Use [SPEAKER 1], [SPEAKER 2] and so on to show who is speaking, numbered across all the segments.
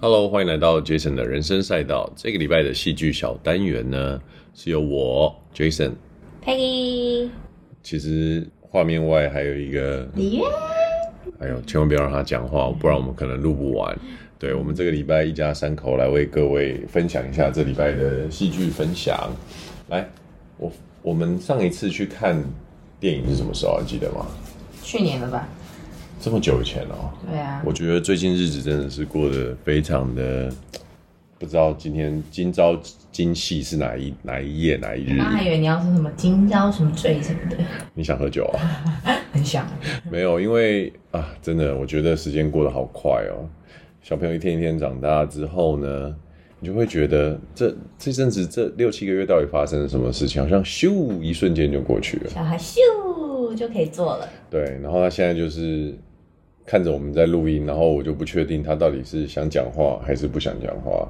[SPEAKER 1] Hello，欢迎来到 Jason 的人生赛道。这个礼拜的戏剧小单元呢，是由我 Jason，
[SPEAKER 2] Peggy，
[SPEAKER 1] 其实画面外还有一个，
[SPEAKER 2] 李渊，
[SPEAKER 1] 哎呦，千万不要让他讲话，不然我们可能录不完。对我们这个礼拜一家三口来为各位分享一下这礼拜的戏剧分享。来，我我们上一次去看电影是什么时候啊？还记得吗？
[SPEAKER 2] 去年了吧？
[SPEAKER 1] 这么久以前哦。
[SPEAKER 2] 对啊，
[SPEAKER 1] 我觉得最近日子真的是过得非常的，不知道今天今朝今夕是哪一哪一夜哪一日
[SPEAKER 2] 我？刚还以为你要说什么今朝什么醉什么的，
[SPEAKER 1] 你想喝酒啊？
[SPEAKER 2] 很想。
[SPEAKER 1] 没有，因为啊，真的，我觉得时间过得好快哦。小朋友一天一天长大之后呢，你就会觉得这这阵子这六七个月到底发生了什么事情，好像咻一瞬间就过去了。
[SPEAKER 2] 小孩咻就可以做了，
[SPEAKER 1] 对，然后他现在就是看着我们在录音，然后我就不确定他到底是想讲话还是不想讲话。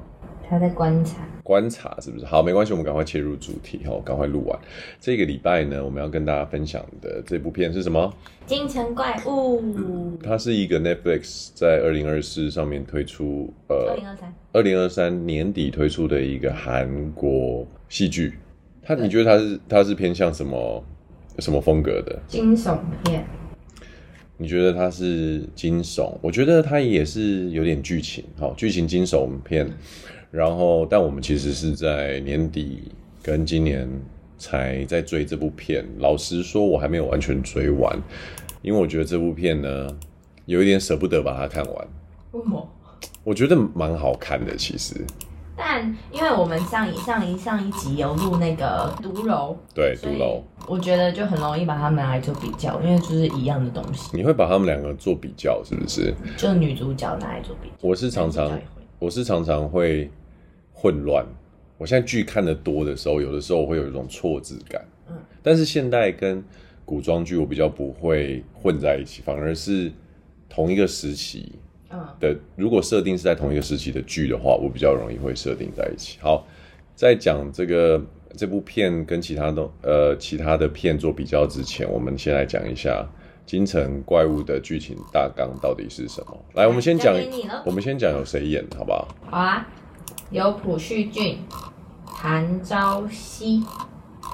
[SPEAKER 2] 他在观察。
[SPEAKER 1] 观察是不是？好，没关系，我们赶快切入主题哈，赶快录完。这个礼拜呢，我们要跟大家分享的这部片是什么？
[SPEAKER 2] 京城怪物，
[SPEAKER 1] 它是一个 Netflix 在二零二四上面推出，
[SPEAKER 2] 二
[SPEAKER 1] 呃，
[SPEAKER 2] 零二三，
[SPEAKER 1] 二零二三年底推出的一个韩国戏剧。它，你觉得它是它是偏向什么什么风格的？
[SPEAKER 2] 惊悚片，
[SPEAKER 1] 你觉得它是惊悚？我觉得它也是有点剧情，好，剧情惊悚片。然后，但我们其实是在年底跟今年才在追这部片。老实说，我还没有完全追完，因为我觉得这部片呢，有一点舍不得把它看完。
[SPEAKER 2] 为什么？
[SPEAKER 1] 我觉得蛮好看的，其实。
[SPEAKER 2] 但因为我们上一上一上一集有录那个毒柔，
[SPEAKER 1] 对，
[SPEAKER 2] 所
[SPEAKER 1] 独
[SPEAKER 2] 以
[SPEAKER 1] 楼，
[SPEAKER 2] 我觉得就很容易把他们拿来做比较，因为就是一样的东西，
[SPEAKER 1] 你会把他们两个做比较，是不是？
[SPEAKER 2] 就女主角拿来做比较。
[SPEAKER 1] 我是常常
[SPEAKER 2] 男主角也会
[SPEAKER 1] 我是常常会混乱。我现在剧看的多的时候，有的时候我会有一种挫折感。
[SPEAKER 2] 嗯
[SPEAKER 1] 但是现代跟古装剧我比较不会混在一起，反而是同一个时期
[SPEAKER 2] 嗯，
[SPEAKER 1] 的。如果设定是在同一个时期的剧的话，我比较容易会设定在一起。好，在讲这个这部片跟其他的呃其他的片做比较之前，我们先来讲一下《京城怪物》的剧情大纲到底是什么。来，我们先讲
[SPEAKER 2] 交给你了
[SPEAKER 1] 我们先讲有谁演，好不好？
[SPEAKER 2] 好啊，有朴叙俊、韩昭熙、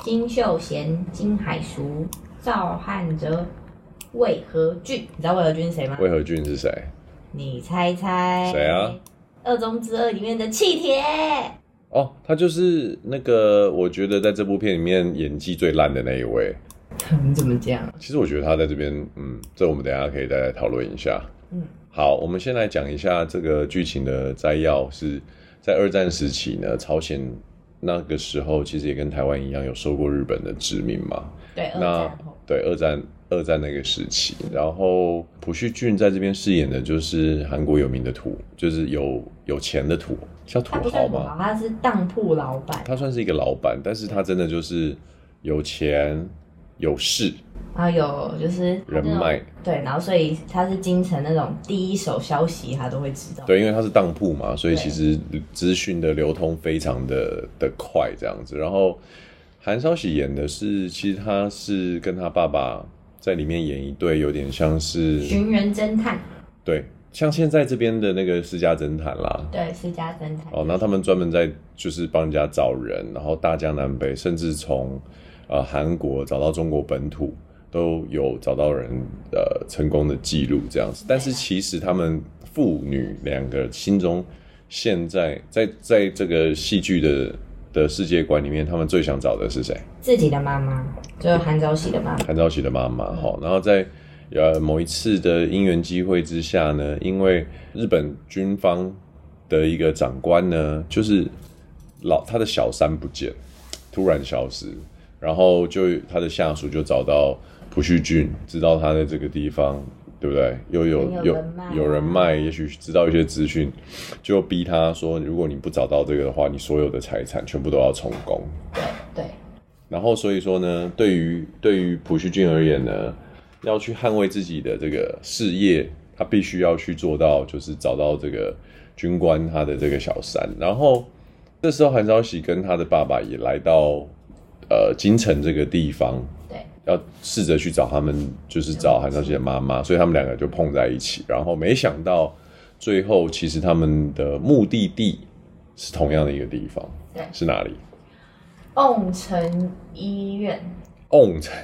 [SPEAKER 2] 金秀贤、金海淑、赵汉哲、魏和俊。你知道魏和俊是谁吗？
[SPEAKER 1] 魏和俊是谁？
[SPEAKER 2] 你猜猜？
[SPEAKER 1] 谁啊？
[SPEAKER 2] 二中之二里面的气铁，
[SPEAKER 1] 哦，他就是那个我觉得在这部片里面演技最烂的那一位。
[SPEAKER 2] 你怎么讲？
[SPEAKER 1] 其实我觉得他在这边，嗯，这我们等一下可以再来讨论一下。
[SPEAKER 2] 嗯，
[SPEAKER 1] 好，我们先来讲一下这个剧情的摘要是在二战时期呢，朝鲜那个时候其实也跟台湾一样有受过日本的殖民嘛。
[SPEAKER 2] 对，二
[SPEAKER 1] 那
[SPEAKER 2] 战后，
[SPEAKER 1] 对二战二战那个时期，然后朴叙俊在这边饰演的就是韩国有名的土，就是有有钱的土，叫土
[SPEAKER 2] 他不
[SPEAKER 1] 豪
[SPEAKER 2] 算土
[SPEAKER 1] 吗
[SPEAKER 2] 豪，？他是当铺老板，
[SPEAKER 1] 他算是一个老板，但是他真的就是有钱有势，
[SPEAKER 2] 然后有就是他那种
[SPEAKER 1] 人脉
[SPEAKER 2] 对，然后所以他是京城那种第一手消息，他都会知道。
[SPEAKER 1] 对，因为他是当铺嘛，所以
[SPEAKER 2] 对
[SPEAKER 1] 其实资讯的流通非常的的快这样子。然后韩少喜演的是，其实他是跟他爸爸在里面演一对有点像是
[SPEAKER 2] 寻人侦探，
[SPEAKER 1] 对，像现在这边的那个私家侦探啦。
[SPEAKER 2] 对，私家侦探。
[SPEAKER 1] 哦，那他们专门在就是帮人家找人，然后大江南北，甚至从呃韩国找到中国本土，都有找到人呃成功的记录这样子。但是其实他们父女两个心中，现在在在这个戏剧的的世界观里面，他们最想找的是谁？
[SPEAKER 2] 自己的妈妈，就是韩昭喜的妈嗯妈。
[SPEAKER 1] 韩昭喜的妈妈哈，然后在呃某一次的因缘机会之下呢，因为日本军方的一个长官呢，就是老他的小三不见，突然消失，然后就他的下属就找到朴叙俊，知道他在这个地方。对不对？又有
[SPEAKER 2] 很有
[SPEAKER 1] 有
[SPEAKER 2] 人脉啊
[SPEAKER 1] 有人脉，也许知道一些资讯，就逼他说：如果你不找到这个的话，你所有的财产全部都要充公。
[SPEAKER 2] 对，
[SPEAKER 1] 然后所以说呢，对于对于朴叙俊而言呢，要去捍卫自己的这个事业，他必须要去做到，就是找到这个军官他的这个小三。然后这时候韩昭喜跟他的爸爸也来到呃京城这个地方，
[SPEAKER 2] 对，
[SPEAKER 1] 要试着去找他们，就是找韩少熙的妈妈，所以他们两个就碰在一起。然后没想到最后其实他们的目的地是同样的一个地方，
[SPEAKER 2] 对
[SPEAKER 1] 是哪里？
[SPEAKER 2] 瓮城医院，
[SPEAKER 1] 瓮城，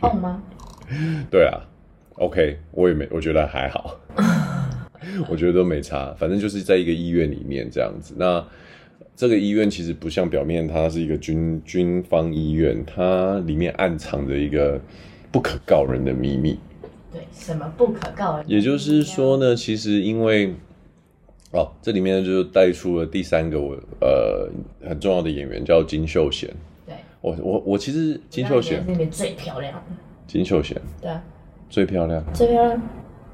[SPEAKER 2] 瓮吗？
[SPEAKER 1] 对啊，OK，我也没，我觉得还好， 我觉得都没差，反正就是在一个医院里面这样子。那这个医院其实不像表面，它是一个军军方医院，它里面暗藏着一个不可告人的秘密。
[SPEAKER 2] 对，什么不可告人？
[SPEAKER 1] 也就是说，呢，其实因为哦，这里面就带出了第三个我呃很重要的演员叫金秀贤。
[SPEAKER 2] 对，
[SPEAKER 1] 我我我其实金秀贤
[SPEAKER 2] 是，里面最漂亮的，
[SPEAKER 1] 金秀贤
[SPEAKER 2] 对啊，
[SPEAKER 1] 最漂亮，
[SPEAKER 2] 最漂亮。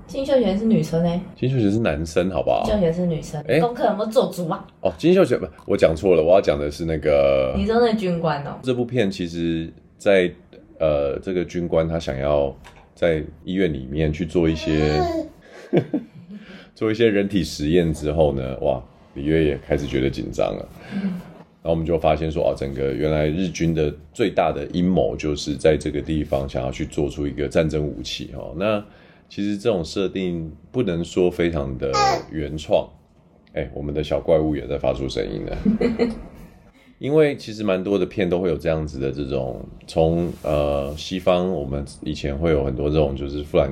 [SPEAKER 2] 金秀贤是女生呢、
[SPEAKER 1] 金秀贤是男生好不好？
[SPEAKER 2] 金秀贤是女生，
[SPEAKER 1] 哎
[SPEAKER 2] 功课有没有做足啊？
[SPEAKER 1] 哦，金秀贤不，我讲错了，我要讲的是那个
[SPEAKER 2] 你说那军官哦、
[SPEAKER 1] 这部片，其实在，呃这个军官他想要在医院里面去做一些 做一些人体实验之后呢，哇，李月也开始觉得紧张了。然后我们就发现说，哦，整个原来日军的最大的阴谋就是在这个地方想要去做出一个战争武器哦。那其实这种设定不能说非常的原创，哎，我们的小怪物也在发出声音 了。因为其实蛮多的片都会有这样子的这种，从呃西方，我们以前会有很多这种，就是富兰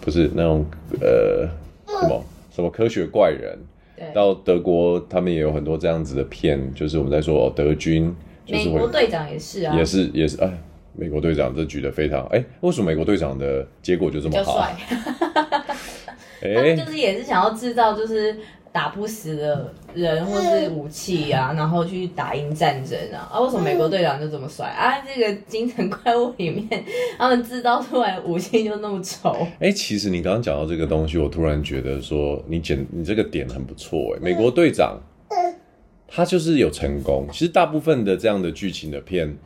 [SPEAKER 1] 不是那种呃什么什么科学怪人，
[SPEAKER 2] 对，
[SPEAKER 1] 到德国他们也有很多这样子的片，就是我们在说、哦、德军，就是
[SPEAKER 2] 美
[SPEAKER 1] 会
[SPEAKER 2] 国队长也是啊，
[SPEAKER 1] 也是也是哎，美国队长这举得非常哎，为什么美国队长的结果就这
[SPEAKER 2] 比
[SPEAKER 1] 么
[SPEAKER 2] 较
[SPEAKER 1] 好？啊
[SPEAKER 2] 帅，他
[SPEAKER 1] 哎
[SPEAKER 2] 们，就是也是想要制造就是打不死的人或是武器啊，然后去打赢战争啊。啊，为什么美国队长就这么帅啊？这个精神怪物里面，他们制造出来的武器就那么丑。
[SPEAKER 1] 哎、其实你刚刚讲到这个东西，我突然觉得说你简你这个点很不错哎、美国队长，他就是有成功。其实大部分的这样的剧情的片，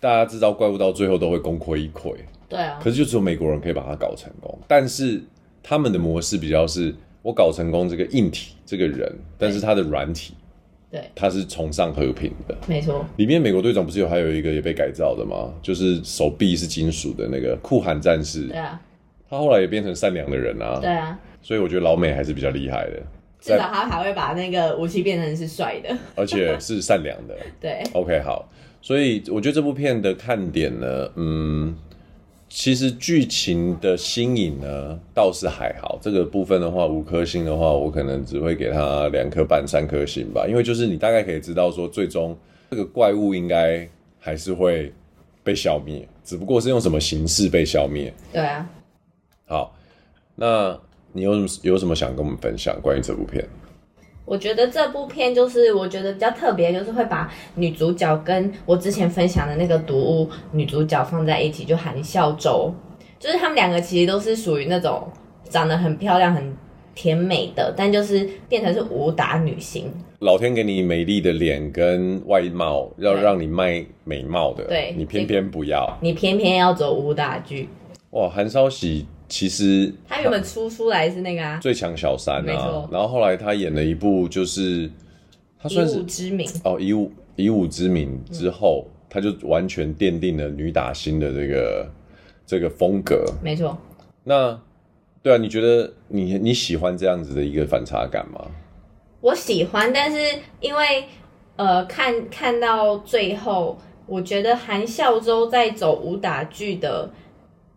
[SPEAKER 1] 大家知道怪物到最后都会功亏一篑，
[SPEAKER 2] 对啊，
[SPEAKER 1] 可是就只有美国人可以把它搞成功。但是他们的模式比较是，我搞成功这个硬体这个人，但是他的软体，
[SPEAKER 2] 对，
[SPEAKER 1] 他是崇尚和平的。
[SPEAKER 2] 没错，
[SPEAKER 1] 里面美国队长不是有还有一个也被改造的吗？就是手臂是金属的那个酷寒战士，
[SPEAKER 2] 对啊，
[SPEAKER 1] 他后来也变成善良的人啊，
[SPEAKER 2] 对啊。
[SPEAKER 1] 所以我觉得老美还是比较厉害的，
[SPEAKER 2] 至少他还会把那个武器变成是帅的，
[SPEAKER 1] 而且是善良的。
[SPEAKER 2] 对
[SPEAKER 1] OK，好，所以我觉得这部片的看点呢，嗯，其实剧情的新颖呢倒是还好，这个部分的话，五颗星的话，我可能只会给它两颗半、三颗星吧，因为就是你大概可以知道说，最终这个怪物应该还是会被消灭，只不过是用什么形式被消灭。
[SPEAKER 2] 对啊。
[SPEAKER 1] 好，那你有什么有什么想跟我们分享关于这部片？
[SPEAKER 2] 我觉得这部片就是我觉得比较特别，就是会把女主角跟我之前分享的那个毒物女主角放在一起，就含笑周，就是他们两个其实都是属于那种长得很漂亮、很甜美的，但就是变成是武打女星。
[SPEAKER 1] 老天给你美丽的脸跟外貌，要
[SPEAKER 2] 对
[SPEAKER 1] 让你卖美貌的，
[SPEAKER 2] 对
[SPEAKER 1] 你偏偏不要。
[SPEAKER 2] 你偏偏要走武打剧，
[SPEAKER 1] 哇，韩少喜其实
[SPEAKER 2] 她原本出出来是那个啊，
[SPEAKER 1] 最强小三
[SPEAKER 2] 没
[SPEAKER 1] 啊
[SPEAKER 2] 错，
[SPEAKER 1] 然后后来他演了一部就是他
[SPEAKER 2] 以
[SPEAKER 1] 算
[SPEAKER 2] 武
[SPEAKER 1] 是
[SPEAKER 2] 之名，
[SPEAKER 1] 哦以武以武之名之后，他就完全奠定了女打星的这个这个风格。
[SPEAKER 2] 没错。
[SPEAKER 1] 那对啊，你觉得你你喜欢这样子的一个反差感吗？
[SPEAKER 2] 我喜欢，但是因为呃，看看到最后，我觉得韩孝周在走武打剧的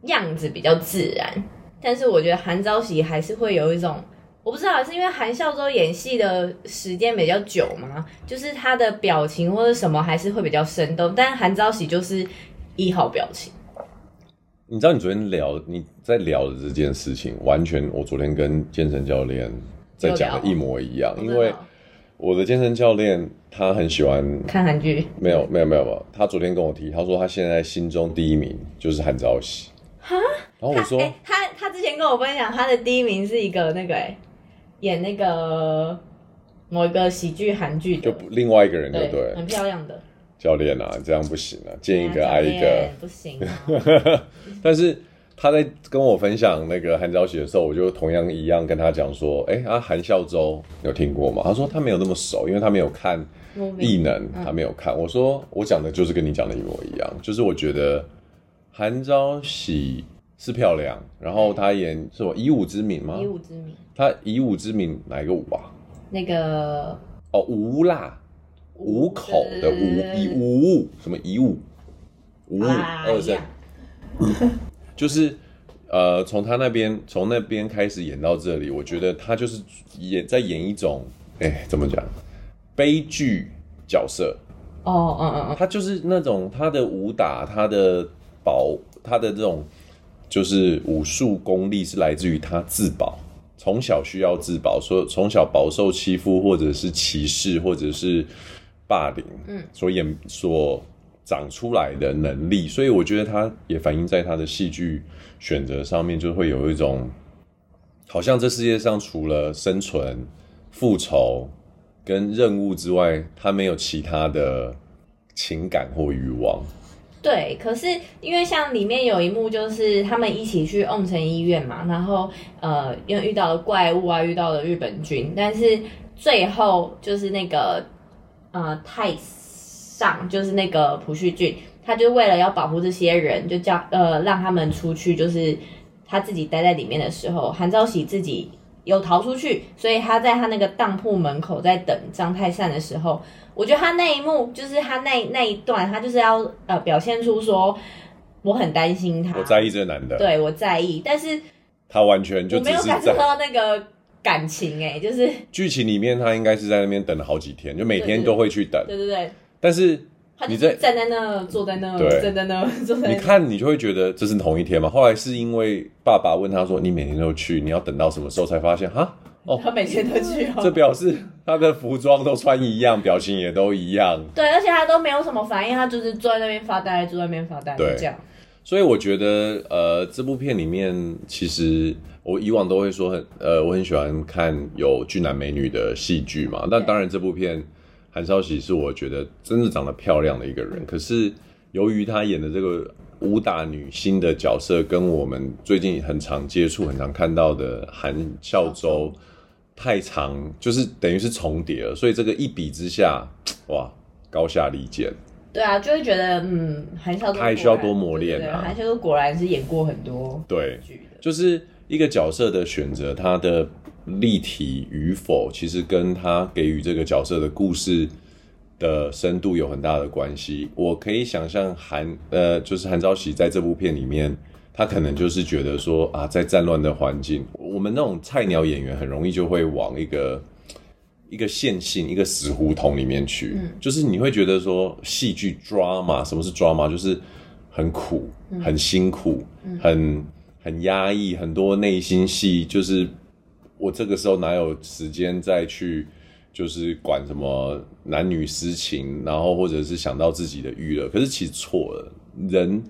[SPEAKER 2] 样子比较自然，但是我觉得韩昭喜还是会有一种。我不知道是因为韩孝周演戏的时间比较久嘛，就是他的表情或者什么还是会比较生动，但是韩昭喜就是一号表情，
[SPEAKER 1] 你知道你昨天聊你在聊的这件事情，完全我昨天跟健身教练在讲的一模一样，因为我的健身教练他很喜欢，
[SPEAKER 2] 看韩剧
[SPEAKER 1] 没有没有没有没有，他昨天跟我提，他说他现在心中第一名就是韩朝喜，然后哦我说
[SPEAKER 2] 他欸他他之前跟我分享，他的第一名是一个那个、欸、演那个某一个喜剧韩剧的
[SPEAKER 1] 就，不另外一个人就对了，
[SPEAKER 2] 很漂亮的，
[SPEAKER 1] 教练啊，这样不行啊，见一个爱一个
[SPEAKER 2] 教练，不行、啊，
[SPEAKER 1] 但是他在跟我分享那个韩昭喜的时候，我就同样一样跟他讲说，哎、啊韩孝周有听过吗？他说他没有那么熟，因为他没有看。异
[SPEAKER 2] Movie
[SPEAKER 1] 能他没有看。我说我讲的就是跟你讲的一模一样，就是我觉得韩昭喜是漂亮。然后她演什么《以武之名》吗
[SPEAKER 2] 以？武之名，
[SPEAKER 1] 她《以武之名》哪一个武啊？
[SPEAKER 2] 那个
[SPEAKER 1] 哦，无啦，五口的
[SPEAKER 2] 呃
[SPEAKER 1] 无，以无什么以武，无武
[SPEAKER 2] 啊
[SPEAKER 1] 二
[SPEAKER 2] 一
[SPEAKER 1] 声
[SPEAKER 2] 样，
[SPEAKER 1] 就是呃，从他那边从那边开始演到这里，我觉得他就是演在演一种，哎，怎么讲，悲剧角色。
[SPEAKER 2] 哦，嗯嗯嗯，
[SPEAKER 1] 他就是那种他的武打，他的保，他的这种就是武术功力是来自于他自保，从小需要自保，所以从小饱受欺负或者是歧视或者是霸凌，
[SPEAKER 2] 嗯，
[SPEAKER 1] 所演所长出来的能力，所以我觉得他也反映在他的戏剧选择上面，就会有一种好像这世界上除了生存、复仇跟任务之外，他没有其他的情感或欲望。
[SPEAKER 2] 对，可是因为像里面有一幕，就是他们一起去瓮城医院嘛，然后呃，因为遇到了怪物啊，遇到了日本军，但是最后就是那个呃太上，就是那个朴叙俊，他就为了要保护这些人，就叫呃让他们出去，就是他自己待在里面的时候，韩昭喜自己有逃出去，所以他在他那个当铺门口在等张泰善的时候，我觉得他那一幕就是他那那一段，他就是要呃表现出说我很担心他，
[SPEAKER 1] 我在意这个男的，
[SPEAKER 2] 对我在意，但是
[SPEAKER 1] 他完全就
[SPEAKER 2] 我
[SPEAKER 1] 只
[SPEAKER 2] 没有
[SPEAKER 1] 是
[SPEAKER 2] 感受
[SPEAKER 1] 在
[SPEAKER 2] 到那个感情哎、就是
[SPEAKER 1] 剧情里面，他应该是在那边等了好几天，就每天都会去等，
[SPEAKER 2] 对对对，
[SPEAKER 1] 但是。
[SPEAKER 2] 他就
[SPEAKER 1] 你在
[SPEAKER 2] 站在那坐在那
[SPEAKER 1] 对
[SPEAKER 2] 站在那 坐在
[SPEAKER 1] 你
[SPEAKER 2] 那，
[SPEAKER 1] 看，你就会觉得这是同一天嘛。后来是因为爸爸问他说：“你每天都去，你要等到什么时候？”才发现，哈，
[SPEAKER 2] 他每天都去哦。
[SPEAKER 1] 这表示他的服装都穿一样，表情也都一样。
[SPEAKER 2] 对，而且他都没有什么反应，他就是坐在那边发呆，坐在那边发呆，就
[SPEAKER 1] 对
[SPEAKER 2] 这样。
[SPEAKER 1] 所以我觉得，呃，这部片里面，其实我以往都会说很，呃，我很喜欢看有俊男美女的戏剧嘛。那
[SPEAKER 2] 对
[SPEAKER 1] 当然，这部片韩少喜是我觉得真的长得漂亮的一个人。可是由于她演的这个武打女星的角色，跟我们最近很常接触、很常看到的韩孝周太长，就是等于是重叠了。所以这个一比之下，哇，高下立见。
[SPEAKER 2] 对啊，就会觉得嗯，韩孝周
[SPEAKER 1] 他还需要多磨练啊
[SPEAKER 2] 对对对韩孝周果然是演过很多
[SPEAKER 1] 对，
[SPEAKER 2] 剧的，
[SPEAKER 1] 就是一个角色的选择，他的立体与否，其实跟他给予这个角色的故事的深度有很大的关系。我可以想象韩呃，就是韩昭喜在这部片里面，他可能就是觉得说啊，在战乱的环境，我们那种菜鸟演员很容易就会往一个。一个线性，一个死胡同里面去，
[SPEAKER 2] 嗯
[SPEAKER 1] 就是你会觉得说戏剧 drama，什么是 drama？就是很苦，
[SPEAKER 2] 嗯
[SPEAKER 1] 很辛苦，很很压抑，很多内心戏，就是我这个时候哪有时间再去就是管什么男女私情，然后或者是想到自己的娱乐，可是其实错了，人。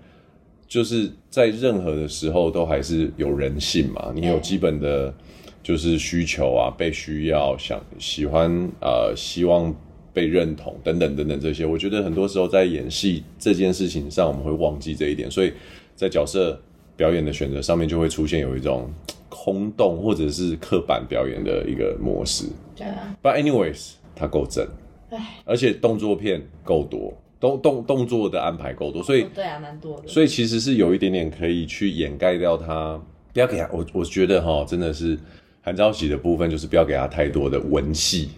[SPEAKER 1] 就是在任何的时候都还是有人性嘛，你有
[SPEAKER 2] 对
[SPEAKER 1] 基本的就是需求啊，被需要，想喜欢呃，希望被认同等等等等这些，我觉得很多时候在演戏这件事情上，我们会忘记这一点，所以在角色表演的选择上面就会出现有一种嘖空洞或者是刻板表演的一个模式。
[SPEAKER 2] 对啊，
[SPEAKER 1] But anyways，它够正
[SPEAKER 2] 唉，
[SPEAKER 1] 而且动作片够多，动动动作的安排够多，所以
[SPEAKER 2] 对啊，蛮多的。
[SPEAKER 1] 所以其实是有一点点可以去掩盖掉它，不要给他。我我觉得哈，真的是韩昭喜的部分就是不要给他太多的文戏，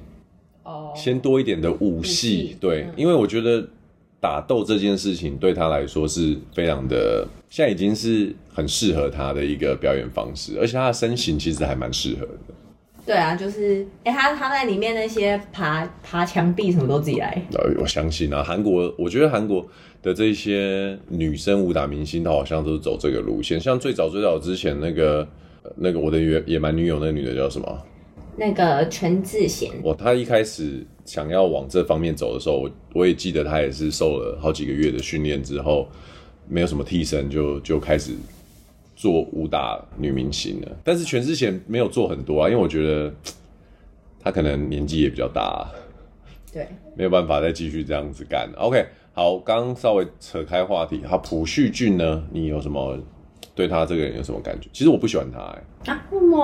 [SPEAKER 2] 哦，
[SPEAKER 1] 先多一点的武
[SPEAKER 2] 武
[SPEAKER 1] 戏
[SPEAKER 2] 戏。
[SPEAKER 1] 对
[SPEAKER 2] 嗯，
[SPEAKER 1] 因为我觉得打斗这件事情对他来说是非常的，现在已经是很适合他的一个表演方式，而且他的身形其实还蛮适合的。
[SPEAKER 2] 对啊，就是哎、他他在里面那些爬爬墙壁什么都自己来，
[SPEAKER 1] 呃，我相信啊，韩国，我觉得韩国的这些女生武打明星，她好像都是走这个路线。像最早最早之前那个呃那个我的野野蛮女友，那个女的叫什么？
[SPEAKER 2] 那个全智贤，
[SPEAKER 1] 我她一开始想要往这方面走的时候，我我也记得她也是受了好几个月的训练之后，没有什么替身就就开始做武打女明星了。但是全智贤没有做很多啊，因为我觉得她可能年纪也比较大啊、
[SPEAKER 2] 对，
[SPEAKER 1] 没有办法再继续这样子干。OK，好，刚刚稍微扯开话题，好，朴叙俊呢，你有什么对他这个人有什么感觉？其实我不喜欢他、欸，
[SPEAKER 2] 啊，那么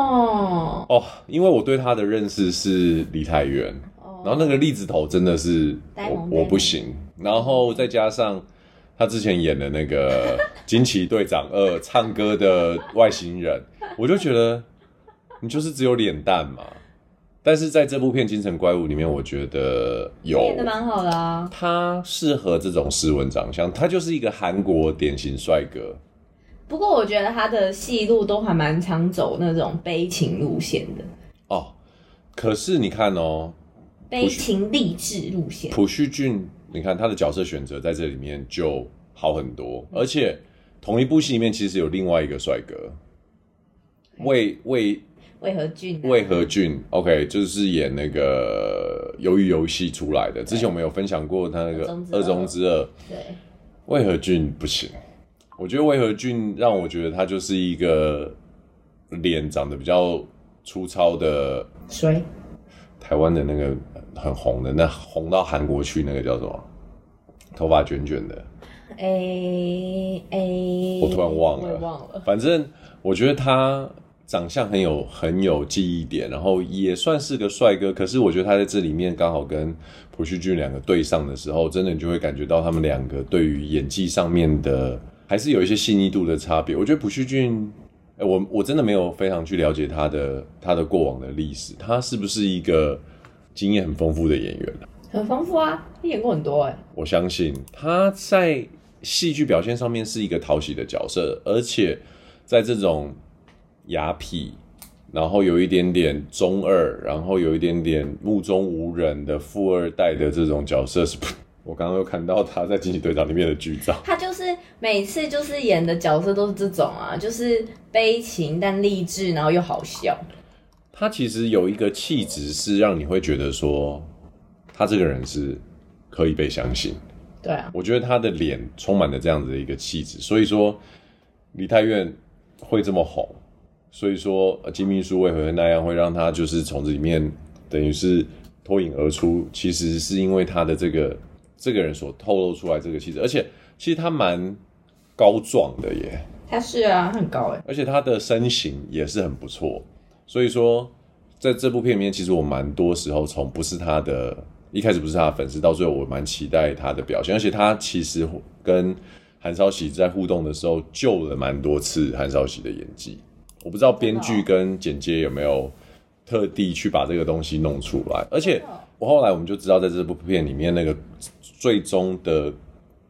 [SPEAKER 1] 哦，因为我对他的认识是梨泰院，
[SPEAKER 2] 哦
[SPEAKER 1] 然后那个栗子头真的是
[SPEAKER 2] 呆萌呆
[SPEAKER 1] 我
[SPEAKER 2] 萌
[SPEAKER 1] 我不行，然后再加上他之前演的那个惊奇队长二》唱歌的外星人，我就觉得你就是只有脸蛋嘛。但是在这部片《京城怪物》里面，我觉得有
[SPEAKER 2] 演的蛮好的啊。
[SPEAKER 1] 他适合这种斯文长相，他就是一个韩国典型帅哥。
[SPEAKER 2] 不过我觉得他的戏路都还蛮常走那种悲情路线的，
[SPEAKER 1] 哦，可是你看哦，
[SPEAKER 2] 悲情励志路线。
[SPEAKER 1] 朴叙俊，你看他的角色选择在这里面就好很多，而且同一部戏里面其实有另外一个帅哥，魏魏
[SPEAKER 2] 为何俊、啊？
[SPEAKER 1] 魏和俊，OK，就是演那个《鱿鱼游戏》出来的。之前我们有分享过他那
[SPEAKER 2] 二
[SPEAKER 1] 个
[SPEAKER 2] 中之二
[SPEAKER 1] 二中之二，
[SPEAKER 2] 对，
[SPEAKER 1] 魏和俊不行，我觉得魏和俊让我觉得他就是一个脸长得比较粗糙的
[SPEAKER 2] 谁？
[SPEAKER 1] 台湾的那个呃很红的，那红到韩国去那个叫什么？头发卷卷的，
[SPEAKER 2] 诶诶，
[SPEAKER 1] 我突然忘
[SPEAKER 2] 我也
[SPEAKER 1] 了。
[SPEAKER 2] 忘了。
[SPEAKER 1] 反正我觉得他长相很有很有记忆点，然后也算是个帅哥。可是我觉得他在这里面刚好跟朴叙俊两个对上的时候，真的你就会感觉到他们两个对于演技上面的还是有一些细腻度的差别。我觉得朴叙俊。哎我我真的没有非常去了解他的他的过往的历史，他是不是一个经验很丰富的演员？
[SPEAKER 2] 很丰富啊，他演过很多哎、
[SPEAKER 1] 我相信他在戏剧表现上面是一个讨喜的角色，而且在这种雅痞，然后有一点点中二，然后有一点点目中无人的富二代的这种角色，是不？我刚刚又看到他在《惊奇队长》里面的剧照，
[SPEAKER 2] 他就是每次就是演的角色都是这种啊，就是悲情但励志，然后又好笑。
[SPEAKER 1] 他其实有一个气质是让你会觉得说，他这个人是可以被相信。
[SPEAKER 2] 对啊，
[SPEAKER 1] 我觉得他的脸充满了这样子的一个气质，所以说梨泰院会这么红，所以说呃金秘书为何那样会让他就是从这里面等于是脱颖而出，其实是因为他的这个这个人所透露出来这个气质，而且其实他蛮高壮的耶，
[SPEAKER 2] 他是啊，他很高哎、
[SPEAKER 1] 而且他的身形也是很不错，所以说在这部片里面，其实我蛮多时候从不是他的一开始不是他的粉丝，到最后我蛮期待他的表现，而且他其实跟韩少喜在互动的时候救了蛮多次韩少喜的演技，我不知道编剧跟剪接有没有特地去把这个东西弄出来，而且我后来我们就知道，在这部片里面那个最终的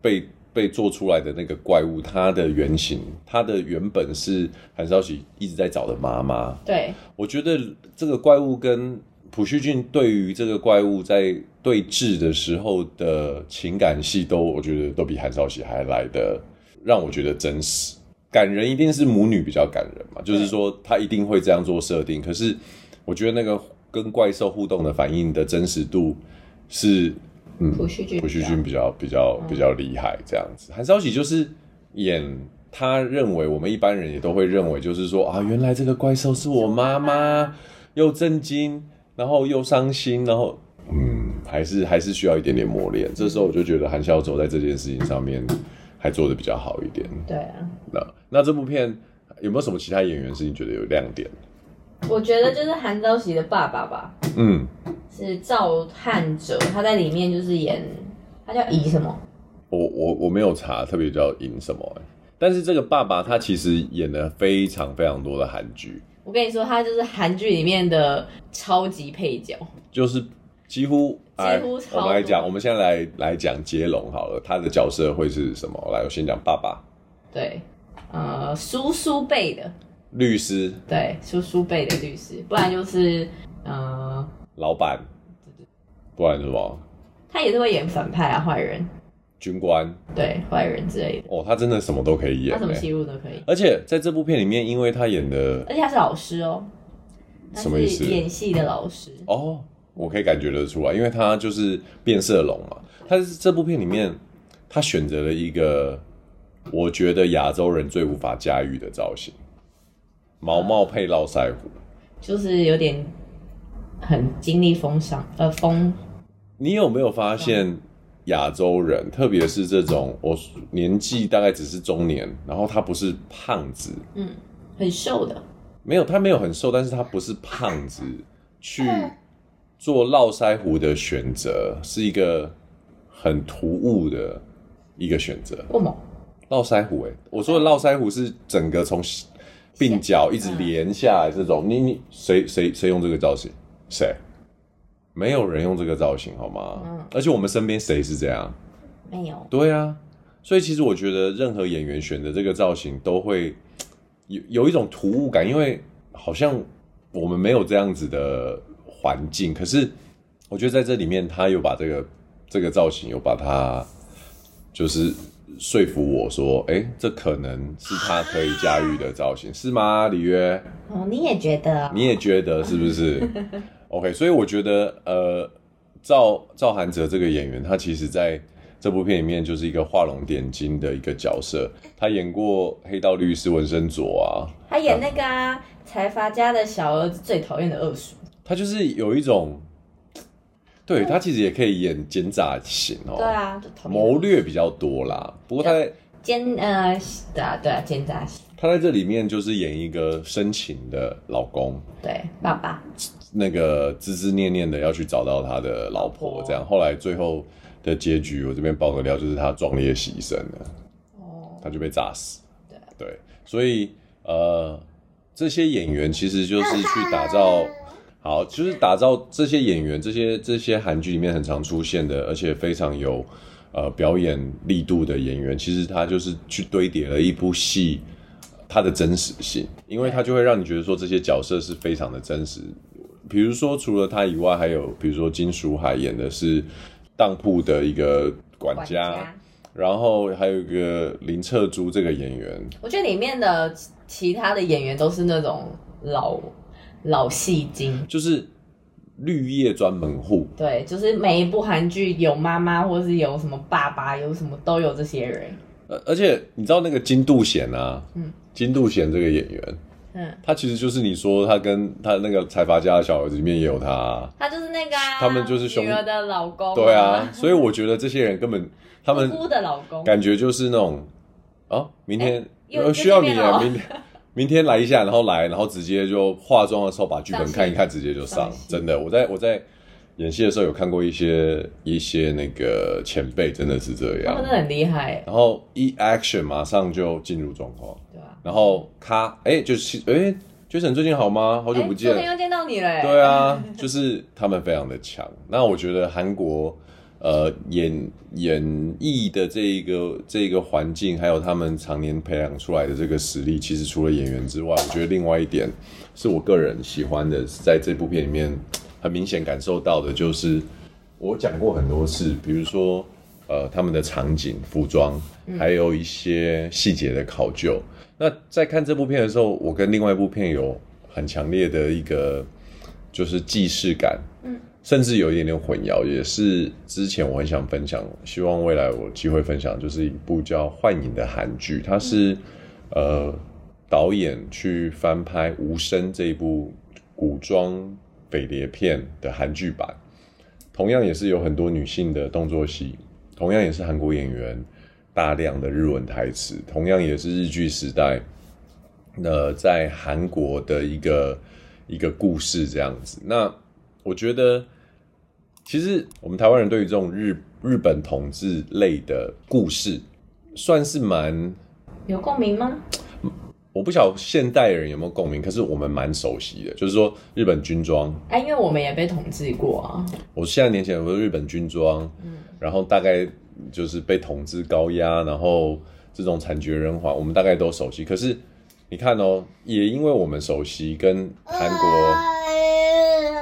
[SPEAKER 1] 被被做出来的那个怪物，它的原型，它的原本是韩少喜一直在找的妈妈，
[SPEAKER 2] 对，
[SPEAKER 1] 我觉得这个怪物跟朴叙俊对于这个怪物在对峙的时候的情感戏都，我觉得都比韩少喜还来的让我觉得真实。感人一定是母女比较感人嘛，就是说他一定会这样做设定。可是我觉得那个跟怪兽互动的反应的真实度是，嗯，
[SPEAKER 2] 朴叙俊
[SPEAKER 1] 朴叙俊比较比较比较厉害这样子。韩少喜就是演他认为我们一般人也都会认为，就是说啊，原来这个怪兽是我妈妈，又震惊，然后又伤心，然后嗯，还是还是需要一点点磨练。这时候我就觉得韩孝周在这件事情上面还做的比较好一点。
[SPEAKER 2] 对啊，
[SPEAKER 1] 那那这部片有没有什么其他演员是你觉得有亮点？
[SPEAKER 2] 我觉得就是韩昭喜的爸爸吧，
[SPEAKER 1] 嗯，
[SPEAKER 2] 是赵汉哲，他在里面就是演，他叫乙什么？
[SPEAKER 1] 我我我没有查特别叫赢什么、欸但是这个爸爸他其实演了非常非常多的韩剧，
[SPEAKER 2] 我跟你说，他就是韩剧里面的超级配角。
[SPEAKER 1] 就是几乎哎，
[SPEAKER 2] 乎
[SPEAKER 1] 我
[SPEAKER 2] 超
[SPEAKER 1] 们来讲，
[SPEAKER 2] 多
[SPEAKER 1] 我们现在来来讲接龙好了，他的角色会是什么？来，我先讲爸爸，
[SPEAKER 2] 对，呃，叔叔辈的，
[SPEAKER 1] 律师、
[SPEAKER 2] 对，叔叔辈的律师，不然就是，呃，
[SPEAKER 1] 老板，不然是什么
[SPEAKER 2] 他也是会演反派啊，坏人，
[SPEAKER 1] 军官
[SPEAKER 2] 对，坏人之类的，
[SPEAKER 1] 哦，他真的什么都可以
[SPEAKER 2] 他
[SPEAKER 1] 演、
[SPEAKER 2] 什么
[SPEAKER 1] 欸
[SPEAKER 2] 戏路都可以，
[SPEAKER 1] 而且在这部片里面，因为他演的
[SPEAKER 2] 而且他是老师哦，他
[SPEAKER 1] 什么意思
[SPEAKER 2] 是演戏的老师，
[SPEAKER 1] 哦，我可以感觉得出来，因为他就是变色龙嘛。他是这部片里面，他选择了一个我觉得亚洲人最无法驾驭的造型，毛毛配络腮胡。
[SPEAKER 2] 就是有点很经历风伤，呃，风，
[SPEAKER 1] 你有没有发现亚洲人，特别是这种我年纪大概只是中年，然后他不是胖子，
[SPEAKER 2] 嗯，很瘦的，
[SPEAKER 1] 没有他没有很瘦，但是他不是胖子，去做络腮胡的选择是一个很突兀的一个选择。
[SPEAKER 2] 不猛，
[SPEAKER 1] 络腮胡哎、我说的络腮胡是整个从鬓角一直连下来这种，你你谁谁谁用这个造型？谁？没有人用这个造型好吗？
[SPEAKER 2] 嗯
[SPEAKER 1] 而且我们身边谁是这样？
[SPEAKER 2] 没有，
[SPEAKER 1] 对啊，所以其实我觉得任何演员选的这个造型都会有有一种突兀感，因为好像我们没有这样子的环境，可是我觉得在这里面他有把这个这个造型有把它就是说服我说，哎、这可能是他可以驾驭的造型，是吗？里约，
[SPEAKER 2] 哦，你也觉得哦、
[SPEAKER 1] 你也觉得是不 是？OK，所以我觉得呃，赵赵涵哲这个演员，他其实在这部片里面就是一个画龙点睛的一个角色。他演过《黑道律师》文森佐啊，
[SPEAKER 2] 他演那个啊，财阀家的小儿子最讨厌的二叔，
[SPEAKER 1] 他就是有一种，对他其实也可以演奸诈型哦，
[SPEAKER 2] 对，啊，就讨厌
[SPEAKER 1] 谋略比较多啦。不过他在
[SPEAKER 2] 奸呃，对啊对啊，奸诈型，
[SPEAKER 1] 他在这里面就是演一个深情的老公，
[SPEAKER 2] 对爸爸，
[SPEAKER 1] 那个孜孜念念的要去找到他的老婆，这样。后来最后的结局，我这边爆个料，就是他壮烈牺牲了，
[SPEAKER 2] 哦，
[SPEAKER 1] 他就被炸死。
[SPEAKER 2] 对
[SPEAKER 1] 对，所以呃，这些演员其实就是去打 造。好，就是打造这些演员，这些这些韩剧里面很常出现的，而且非常有呃表演力度的演员，其实他就是去堆叠了一部戏它的真实性，因为它就会让你觉得说这些角色是非常的真实。比如说，除了他以外，还有比如说金淑海演的是当铺的一个管
[SPEAKER 2] 管
[SPEAKER 1] 家，然后还有一个林澈珠这个演员，
[SPEAKER 2] 我觉得里面的其其他的演员都是那种老老戏精，
[SPEAKER 1] 就是绿叶专门户，
[SPEAKER 2] 对，就是每一部韩剧有妈妈，或是有什么爸爸，有什么都有这些人。
[SPEAKER 1] 呃，而且你知道那个金度贤啊，
[SPEAKER 2] 嗯
[SPEAKER 1] 金度贤这个演员，
[SPEAKER 2] 嗯，
[SPEAKER 1] 他其实就是你说他跟他那个财阀家的小儿子里面也有他啊、
[SPEAKER 2] 他就是那个、啊，
[SPEAKER 1] 他们就是兄
[SPEAKER 2] 女儿的老公、
[SPEAKER 1] 对
[SPEAKER 2] 哦
[SPEAKER 1] 啊，，所以我觉得这些人根本他们
[SPEAKER 2] 姑姑的老公，
[SPEAKER 1] 感觉就是那种啊，明天、
[SPEAKER 2] 哎又
[SPEAKER 1] 呃
[SPEAKER 2] 又
[SPEAKER 1] 需要你
[SPEAKER 2] 见面
[SPEAKER 1] 啊，
[SPEAKER 2] 了
[SPEAKER 1] 明天明天来一下，然后来，然后直接就化妆的时候把剧本
[SPEAKER 2] 上
[SPEAKER 1] 看一
[SPEAKER 2] 戏
[SPEAKER 1] 看，直接就上
[SPEAKER 2] 上。戏
[SPEAKER 1] 真的，我在我在演戏的时候有看过一些一些那个前辈真的是这
[SPEAKER 2] 他
[SPEAKER 1] 样
[SPEAKER 2] 们，真的很厉害，欸
[SPEAKER 1] 然后一 action 马上就进入状况，
[SPEAKER 2] 对啊吧、
[SPEAKER 1] 然后咔，哎、就是哎、j a s o n 最近好吗？好
[SPEAKER 2] 好
[SPEAKER 1] 久不见，
[SPEAKER 2] 昨天又见到你了、欸。
[SPEAKER 1] 对啊，就是他们非常的强。那我觉得韩国呃演演艺的这一个这一个环境，还有他们常年培养出来的这个实力，其实除了演员之外，我觉得另外一点是我个人喜欢的，在这部片里面很明显感受到的就是，我讲过很多次，比如说。呃，他们的场景、服装，还有一些细节的考究。那在看这部片的时候，我跟另外一部片有很强烈的一个就是既视感，
[SPEAKER 2] 嗯，
[SPEAKER 1] 甚至有一点点混淆，也是之前我很想分享，希望未来我有机会分享，就是一部叫《幻影》的韩剧，它是、呃导演去翻拍《无声》这一部古装匪谍片的韩剧版，同样也是有很多女性的动作戏，同样也是韩国演员大量的日文台词，同样也是日剧时代，呃，在韩国的一个一个故事这样子。那我觉得，其实我们台湾人对于这种日日本统治类的故事，算是蛮
[SPEAKER 2] 有共鸣吗？
[SPEAKER 1] 我不晓得现代人有没有共鸣，可是我们蛮熟悉的，就是说日本军装，
[SPEAKER 2] 哎、因为我们也被统治过啊。
[SPEAKER 1] 我现在年前有日本军装，
[SPEAKER 2] 嗯，
[SPEAKER 1] 然后大概就是被统治高压，然后这种惨绝人寰，我们大概都熟悉。可是你看哦，也因为我们熟悉，跟韩
[SPEAKER 2] 啊
[SPEAKER 1] 国，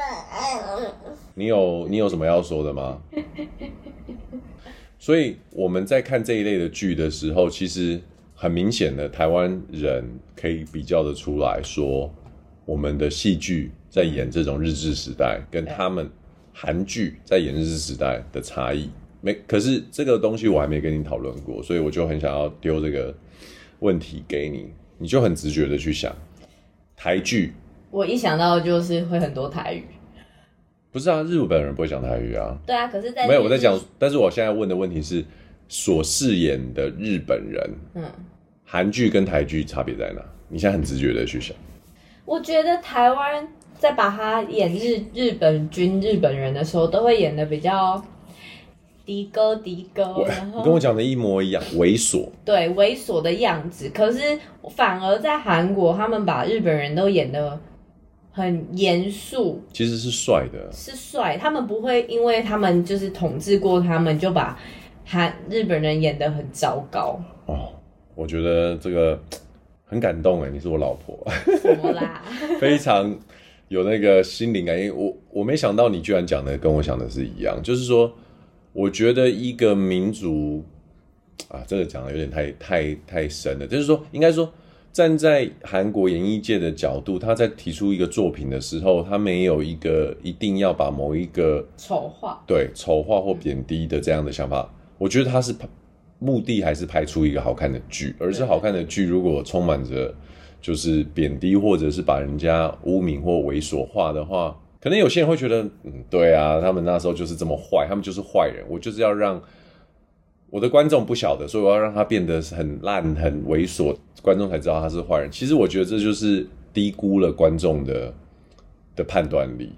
[SPEAKER 1] 你有你有什么要说的吗？所以我们在看这一类的剧的时候，其实很明显的，台湾人可以比较的出来说，我们的戏剧在演这种日治时代，跟他们韩剧在演日治时代的差异。没，可是这个东西我还没跟你讨论过，所以我就很想要丢这个问题给你，你就很直觉的去想，台剧
[SPEAKER 2] 我一想到就是会很多台语。
[SPEAKER 1] 不是啊，日本人不会讲台语啊，
[SPEAKER 2] 对啊，可是在，
[SPEAKER 1] 没有我在讲，但是我现在问的问题是，所饰演的日本人
[SPEAKER 2] 嗯。
[SPEAKER 1] 韩剧跟台剧差别在哪？你现在很直觉的去想，
[SPEAKER 2] 我觉得台湾在把他演日日本军日本人的时候，都会演的比较迪哥迪哥，
[SPEAKER 1] 我
[SPEAKER 2] 然
[SPEAKER 1] 你跟我
[SPEAKER 2] 后
[SPEAKER 1] 讲的一模一样，猥琐。
[SPEAKER 2] 对猥琐的样子。可是反而在韩国，他们把日本人都演得很严肃，
[SPEAKER 1] 其实是帅的，
[SPEAKER 2] 是帅，他们不会因为他们就是统治过他们，就把韩日本人演得很糟糕，
[SPEAKER 1] 哦，我觉得这个很感动哎，你是我老婆，
[SPEAKER 2] 什么啦？
[SPEAKER 1] 非常有那个心灵感应。因为我我没想到你居然讲的跟我想的是一样，就是说，我觉得一个民族啊，这个讲的有点太太太深了，就是说，应该说。站在韩国演艺界的角度，他在提出一个作品的时候，他没有一个一定要把某一个
[SPEAKER 2] 丑化，
[SPEAKER 1] 对丑化或贬低的这样的想法，我觉得他是拍目的还是拍出一个好看的剧，而是好看的剧如果充满着就是贬低或者是把人家污名或猥琐化的话，可能有些人会觉得，嗯，对啊，他们那时候就是这么坏，他们就是坏人，我就是要让。我的观众不晓得，所以我要让他变得很烂、很猥琐，观众才知道他是坏人。其实我觉得这就是低估了观众的的判断力。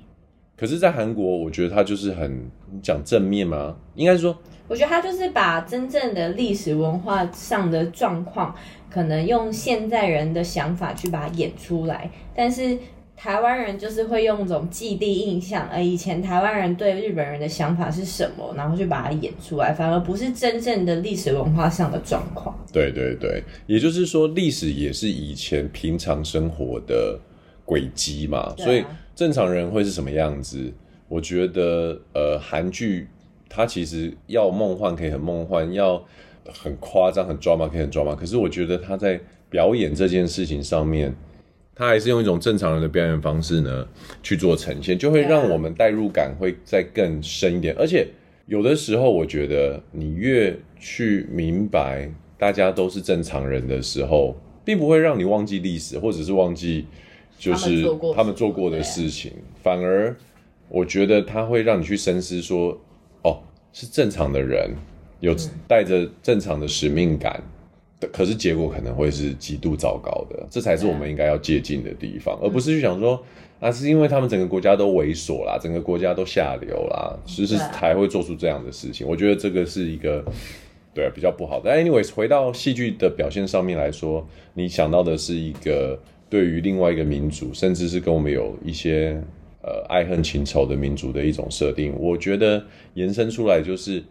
[SPEAKER 1] 可是，在韩国，我觉得他就是很你讲正面吗？应该说，
[SPEAKER 2] 我觉得他就是把真正的历史文化上的状况，可能用现在人的想法去把它演出来，但是。台湾人就是会用一种既定印象，呃，以前台湾人对日本人的想法是什么，然后去把它演出来，反而不是真正的历史文化上的状况。
[SPEAKER 1] 对对对，也就是说，历史也是以前平常生活的轨迹嘛，
[SPEAKER 2] 对啊
[SPEAKER 1] 所以正常人会是什么样子？我觉得，呃，韩剧它其实要梦幻可以很梦幻，要很夸张很抓马可以很抓马，可是我觉得他在表演这件事情上面，他还是用一种正常人的表演方式呢去做呈现，就会
[SPEAKER 2] 对啊
[SPEAKER 1] 让我们代入感会再更深一点。而且有的时候，我觉得你越去明白大家都是正常人的时候，并不会让你忘记历史，或者是忘记就
[SPEAKER 2] 他们
[SPEAKER 1] 是
[SPEAKER 2] 做过
[SPEAKER 1] 他们做过的事情，反而我觉得他会让你去深思说，哦，是正常的人，有带着正常的使命感。可是结果可能会是极度糟糕的，这才是我们应该要借鉴的地方，而不是去想说啊，是因为他们整个国家都猥琐啦，整个国家都下流啦，就是
[SPEAKER 2] 对啊
[SPEAKER 1] 才会做出这样的事情。我觉得这个是一个对啊比较不好的。但 anyways，回到戏剧的表现上面来说，你想到的是一个对于另外一个民族，甚至是跟我们有一些呃爱恨情仇的民族的一种设定。我觉得延伸出来就是。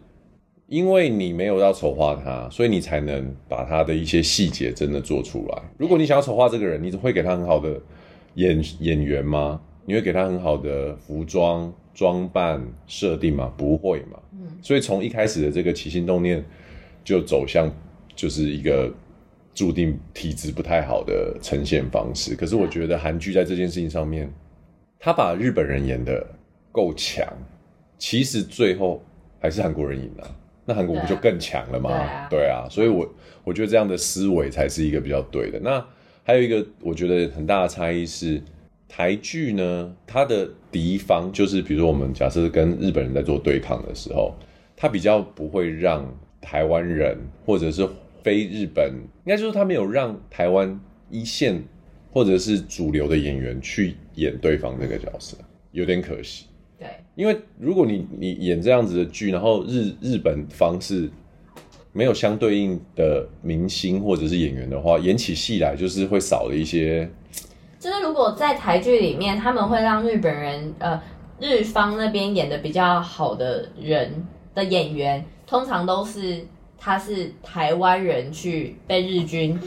[SPEAKER 1] 因为你没有要丑化他，所以你才能把他的一些细节真的做出来。如果你想要丑化这个人，你会给他很好的演演员吗？你会给他很好的服装、装扮设定吗？不会嘛。
[SPEAKER 2] 嗯
[SPEAKER 1] 所以从一开始的这个起心动念，就走向就是一个注定体质不太好的呈现方式。可是我觉得韩剧在这件事情上面，他把日本人演的够强，其实最后还是韩国人赢了、那韩国不就更强了吗？
[SPEAKER 2] 对啊
[SPEAKER 1] 对啊，所以我我觉得这样的思维才是一个比较对的。那还有一个我觉得很大的差异是，台剧呢，它的敌方就是比如说我们假设是跟日本人在做对抗的时候，它比较不会让台湾人或者是非日本，应该就是他没有让台湾一线或者是主流的演员去演对方这个角色，有点可惜。
[SPEAKER 2] 对，
[SPEAKER 1] 因为如果你你演这样子的剧，然后日日本方式没有相对应的明星或者是演员的话，演起戏来就是会少了一些。
[SPEAKER 2] 就是如果在台剧里面，他们会让日本人呃日方那边演的比较好的人的演员，通常都是他是台湾人去被日军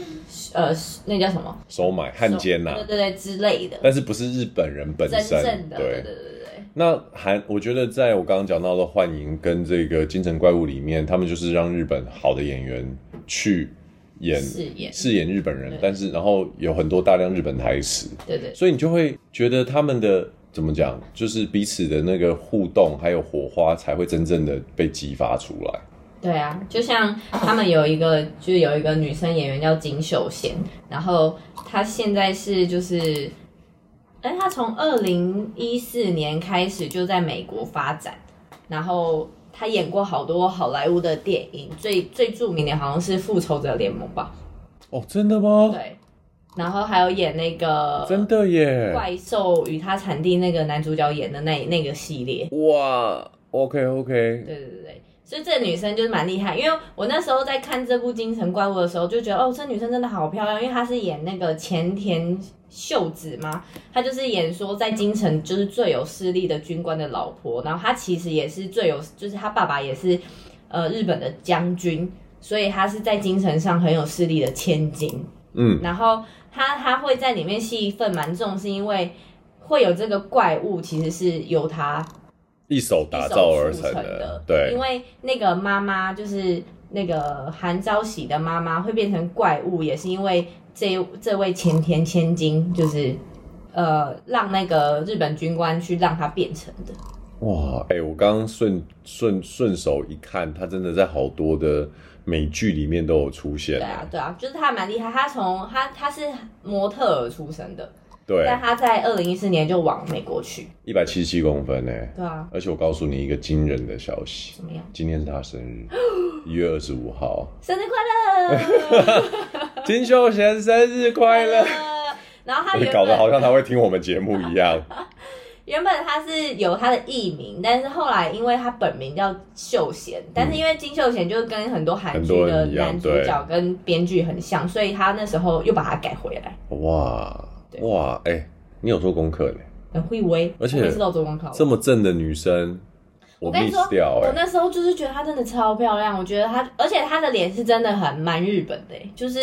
[SPEAKER 2] 呃那叫什么
[SPEAKER 1] 收买汉奸呐、
[SPEAKER 2] 对对对之类的，
[SPEAKER 1] 但是不是日本人本
[SPEAKER 2] 真
[SPEAKER 1] 身？
[SPEAKER 2] 正的对对对对对，
[SPEAKER 1] 那韩，我觉得在我刚刚讲到的《幻影》跟这个《京城怪物》里面，他们就是让日本好的演员去演
[SPEAKER 2] 饰演
[SPEAKER 1] 饰演日本人
[SPEAKER 2] 对，
[SPEAKER 1] 但是然后有很多大量日本台词，
[SPEAKER 2] 对对
[SPEAKER 1] 所以你就会觉得他们的怎么讲，就是彼此的那个互动还有火花才会真正的被激发出来。
[SPEAKER 2] 对啊，就像他们有一个，就是有一个女生演员叫金秀贤，然后她现在是就是，哎，她从二零一四年开始就在美国发展，然后她演过好多好莱坞的电影，最最著名的好像是《复仇者联盟》吧，
[SPEAKER 1] 哦，真的吗？
[SPEAKER 2] 对，然后还有演那个
[SPEAKER 1] 真的耶！
[SPEAKER 2] 怪兽与他产地那个男主角演的那那个系列，
[SPEAKER 1] 哇，OK OK，
[SPEAKER 2] 对对对对，所以这女生就是蛮厉害，因为我那时候在看这部《京城怪物》的时候，就觉得哦，这女生真的好漂亮，因为她是演那个前田秀子嘛，她就是演说在京城就是最有势力的军官的老婆，然后她其实也是最有，就是她爸爸也是呃日本的将军，所以她是在京城上很有势力的千金。
[SPEAKER 1] 嗯，
[SPEAKER 2] 然后她她会在里面戏份蛮重，是因为会有这个怪物，其实是由她
[SPEAKER 1] 一手打造而成
[SPEAKER 2] 的
[SPEAKER 1] 的，，对
[SPEAKER 2] 因，为那个妈妈就是那个韩昭喜的妈妈会变成怪物，也是因为这这位前田千金就是呃让那个日本军官去让她变成的。
[SPEAKER 1] 哇，哎、我刚刚顺顺顺手一看，他真的在好多的美剧里面都有出现
[SPEAKER 2] 对啊，，对啊，就是她蛮厉害，她从她她是模特儿出身的，
[SPEAKER 1] 对，
[SPEAKER 2] 啊但她在二零一四年就往美国去。
[SPEAKER 1] 一百七十七公分呢、哎
[SPEAKER 2] 对啊，
[SPEAKER 1] 而且我告诉你一个惊人的消息，
[SPEAKER 2] 怎么样？
[SPEAKER 1] 今天是他生 日，一月二十五号，
[SPEAKER 2] 生日快乐！
[SPEAKER 1] 金秀贤生日 快乐！
[SPEAKER 2] 然后她原本
[SPEAKER 1] 搞得好像他会听我们节目一样。
[SPEAKER 2] 原本他是有他的艺名，但是后来因为他本名叫秀贤，
[SPEAKER 1] 嗯
[SPEAKER 2] 但是因为金秀贤就跟很多韩剧
[SPEAKER 1] 很多
[SPEAKER 2] 的
[SPEAKER 1] 人一样
[SPEAKER 2] 男主
[SPEAKER 1] 对
[SPEAKER 2] 角跟编剧很像，所以他那时候又把它改回来。
[SPEAKER 1] 哇
[SPEAKER 2] 对
[SPEAKER 1] 哇，哎、你有做功课呢？
[SPEAKER 2] 很会威，
[SPEAKER 1] 而且
[SPEAKER 2] 我每次都有做功课。
[SPEAKER 1] 这么正的女生，
[SPEAKER 2] 我
[SPEAKER 1] 我
[SPEAKER 2] 跟你说
[SPEAKER 1] miss 掉哎、
[SPEAKER 2] 我那时候就是觉得她真的超漂亮，我觉得她，而且她的脸是真的很蛮日本的、欸就是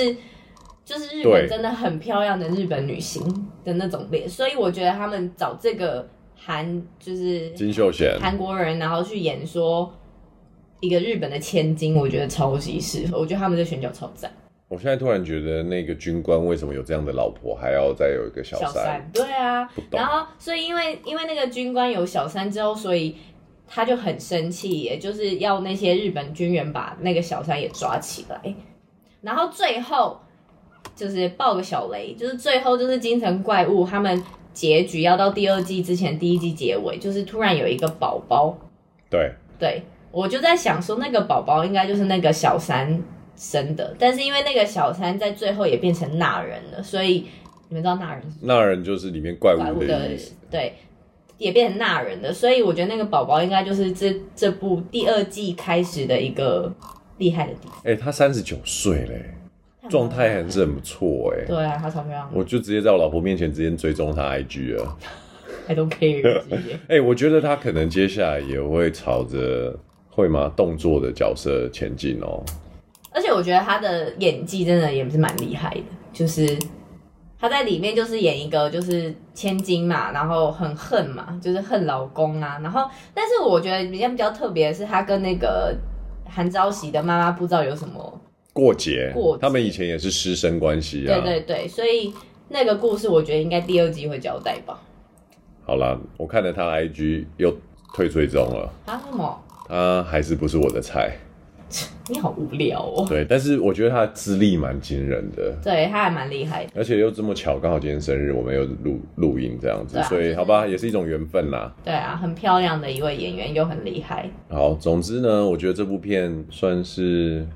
[SPEAKER 2] 就是日本
[SPEAKER 1] 对
[SPEAKER 2] 真的很漂亮的日本女星的那种脸，所以我觉得他们找这个韩就是
[SPEAKER 1] 金秀贤，
[SPEAKER 2] 韩国人，然后去演说一个日本的千金，我觉得超级适
[SPEAKER 1] 嗯
[SPEAKER 2] 合。我觉得他们这选角超赞。
[SPEAKER 1] 我现在突然觉得那个军官为什么有这样的老婆，还要再有一个小三？
[SPEAKER 2] 三，对啊
[SPEAKER 1] 不。懂
[SPEAKER 2] 然后，所以因为因为那个军官有小三之后，所以他就很生气，也就是要那些日本军人把那个小三也抓起来。然后最后就是爆个小雷，就是最后就是京城怪物他们结局要到第二季之前，第一季结尾就是突然有一个宝宝
[SPEAKER 1] 对，
[SPEAKER 2] 对，我就在想说，那个宝宝应该就是那个小三生的，但是因为那个小三在最后也变成那人了，所以你们知道那人是
[SPEAKER 1] 那人就是里面怪
[SPEAKER 2] 怪
[SPEAKER 1] 物
[SPEAKER 2] 物
[SPEAKER 1] 的
[SPEAKER 2] 的
[SPEAKER 1] 意思。，
[SPEAKER 2] 对，也变成那人了，所以我觉得那个宝宝应该就是这这部第二季开始的一个厉害的地方，
[SPEAKER 1] 哎、他三十九岁嘞，状态还是很不错哎、
[SPEAKER 2] 对啊，他超漂亮的
[SPEAKER 1] 我就直接在我老婆面前直接追踪她 IG 了。
[SPEAKER 2] ，I don't care，直接
[SPEAKER 1] 哎、我觉得她可能接下来也会朝着会吗动作的角色前进哦。
[SPEAKER 2] 而且我觉得他的演技真的也是蛮厉害的，就是他在里面就是演一个就是千金嘛，然后很恨嘛，就是恨老公啊。然后，但是我觉得比较比较特别的是，他跟那个韩昭喜的妈妈不知道有什么，
[SPEAKER 1] 过节，
[SPEAKER 2] 过节
[SPEAKER 1] 他们以前也是师生关系啊。
[SPEAKER 2] 对对对，所以那个故事我觉得应该第二季会交代吧。
[SPEAKER 1] 好啦，我看了她 IG 又退追踪了，
[SPEAKER 2] 啊什么？
[SPEAKER 1] 她还是不是我的菜。
[SPEAKER 2] 你好无聊哦。
[SPEAKER 1] 对，但是我觉得她的资历蛮惊人的。
[SPEAKER 2] 对，他还蛮厉害的。
[SPEAKER 1] 而且又这么巧，刚好今天生日，我们又录录音这样子，
[SPEAKER 2] 对啊
[SPEAKER 1] 所以好吧，也是一种缘分啦。
[SPEAKER 2] 对啊，很漂亮的一位演员，又很厉害，
[SPEAKER 1] 好，总之呢，我觉得这部片算是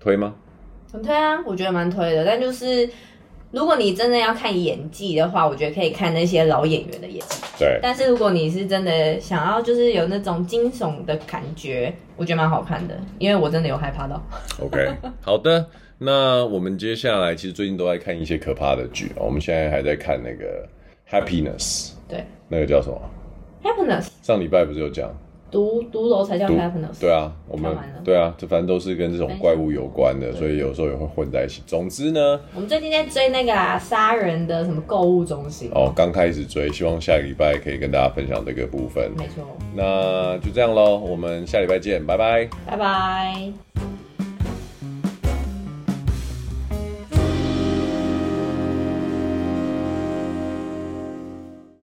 [SPEAKER 1] 推吗？
[SPEAKER 2] 很推啊，我觉得蛮推的。但就是如果你真的要看演技的话，我觉得可以看那些老演员的演技。
[SPEAKER 1] 对，
[SPEAKER 2] 但是如果你是真的想要就是有那种惊悚的感觉，我觉得蛮好看的，因为我真的有害怕到。
[SPEAKER 1] OK，好的，那我们接下来其实最近都在看一些可怕的剧哦，我们现在还在看那个《Happiness》，
[SPEAKER 2] 对
[SPEAKER 1] 那个叫什么？
[SPEAKER 2] ，happiness
[SPEAKER 1] 上礼拜不是有讲？
[SPEAKER 2] 独独楼才叫
[SPEAKER 1] 毒
[SPEAKER 2] happiness。
[SPEAKER 1] 对啊，我
[SPEAKER 2] 看
[SPEAKER 1] 们
[SPEAKER 2] 完了
[SPEAKER 1] 对啊，这反正都是跟这种怪物有关的，所以有时候也会混在一起。总之呢，
[SPEAKER 2] 我们最近在追那个啊杀人的什么购物中心，
[SPEAKER 1] 哦，刚开始追，希望下个礼拜可以跟大家分享这个部分。
[SPEAKER 2] 没错，
[SPEAKER 1] 那就这样喽，我们下礼拜见，拜拜。
[SPEAKER 2] 拜拜。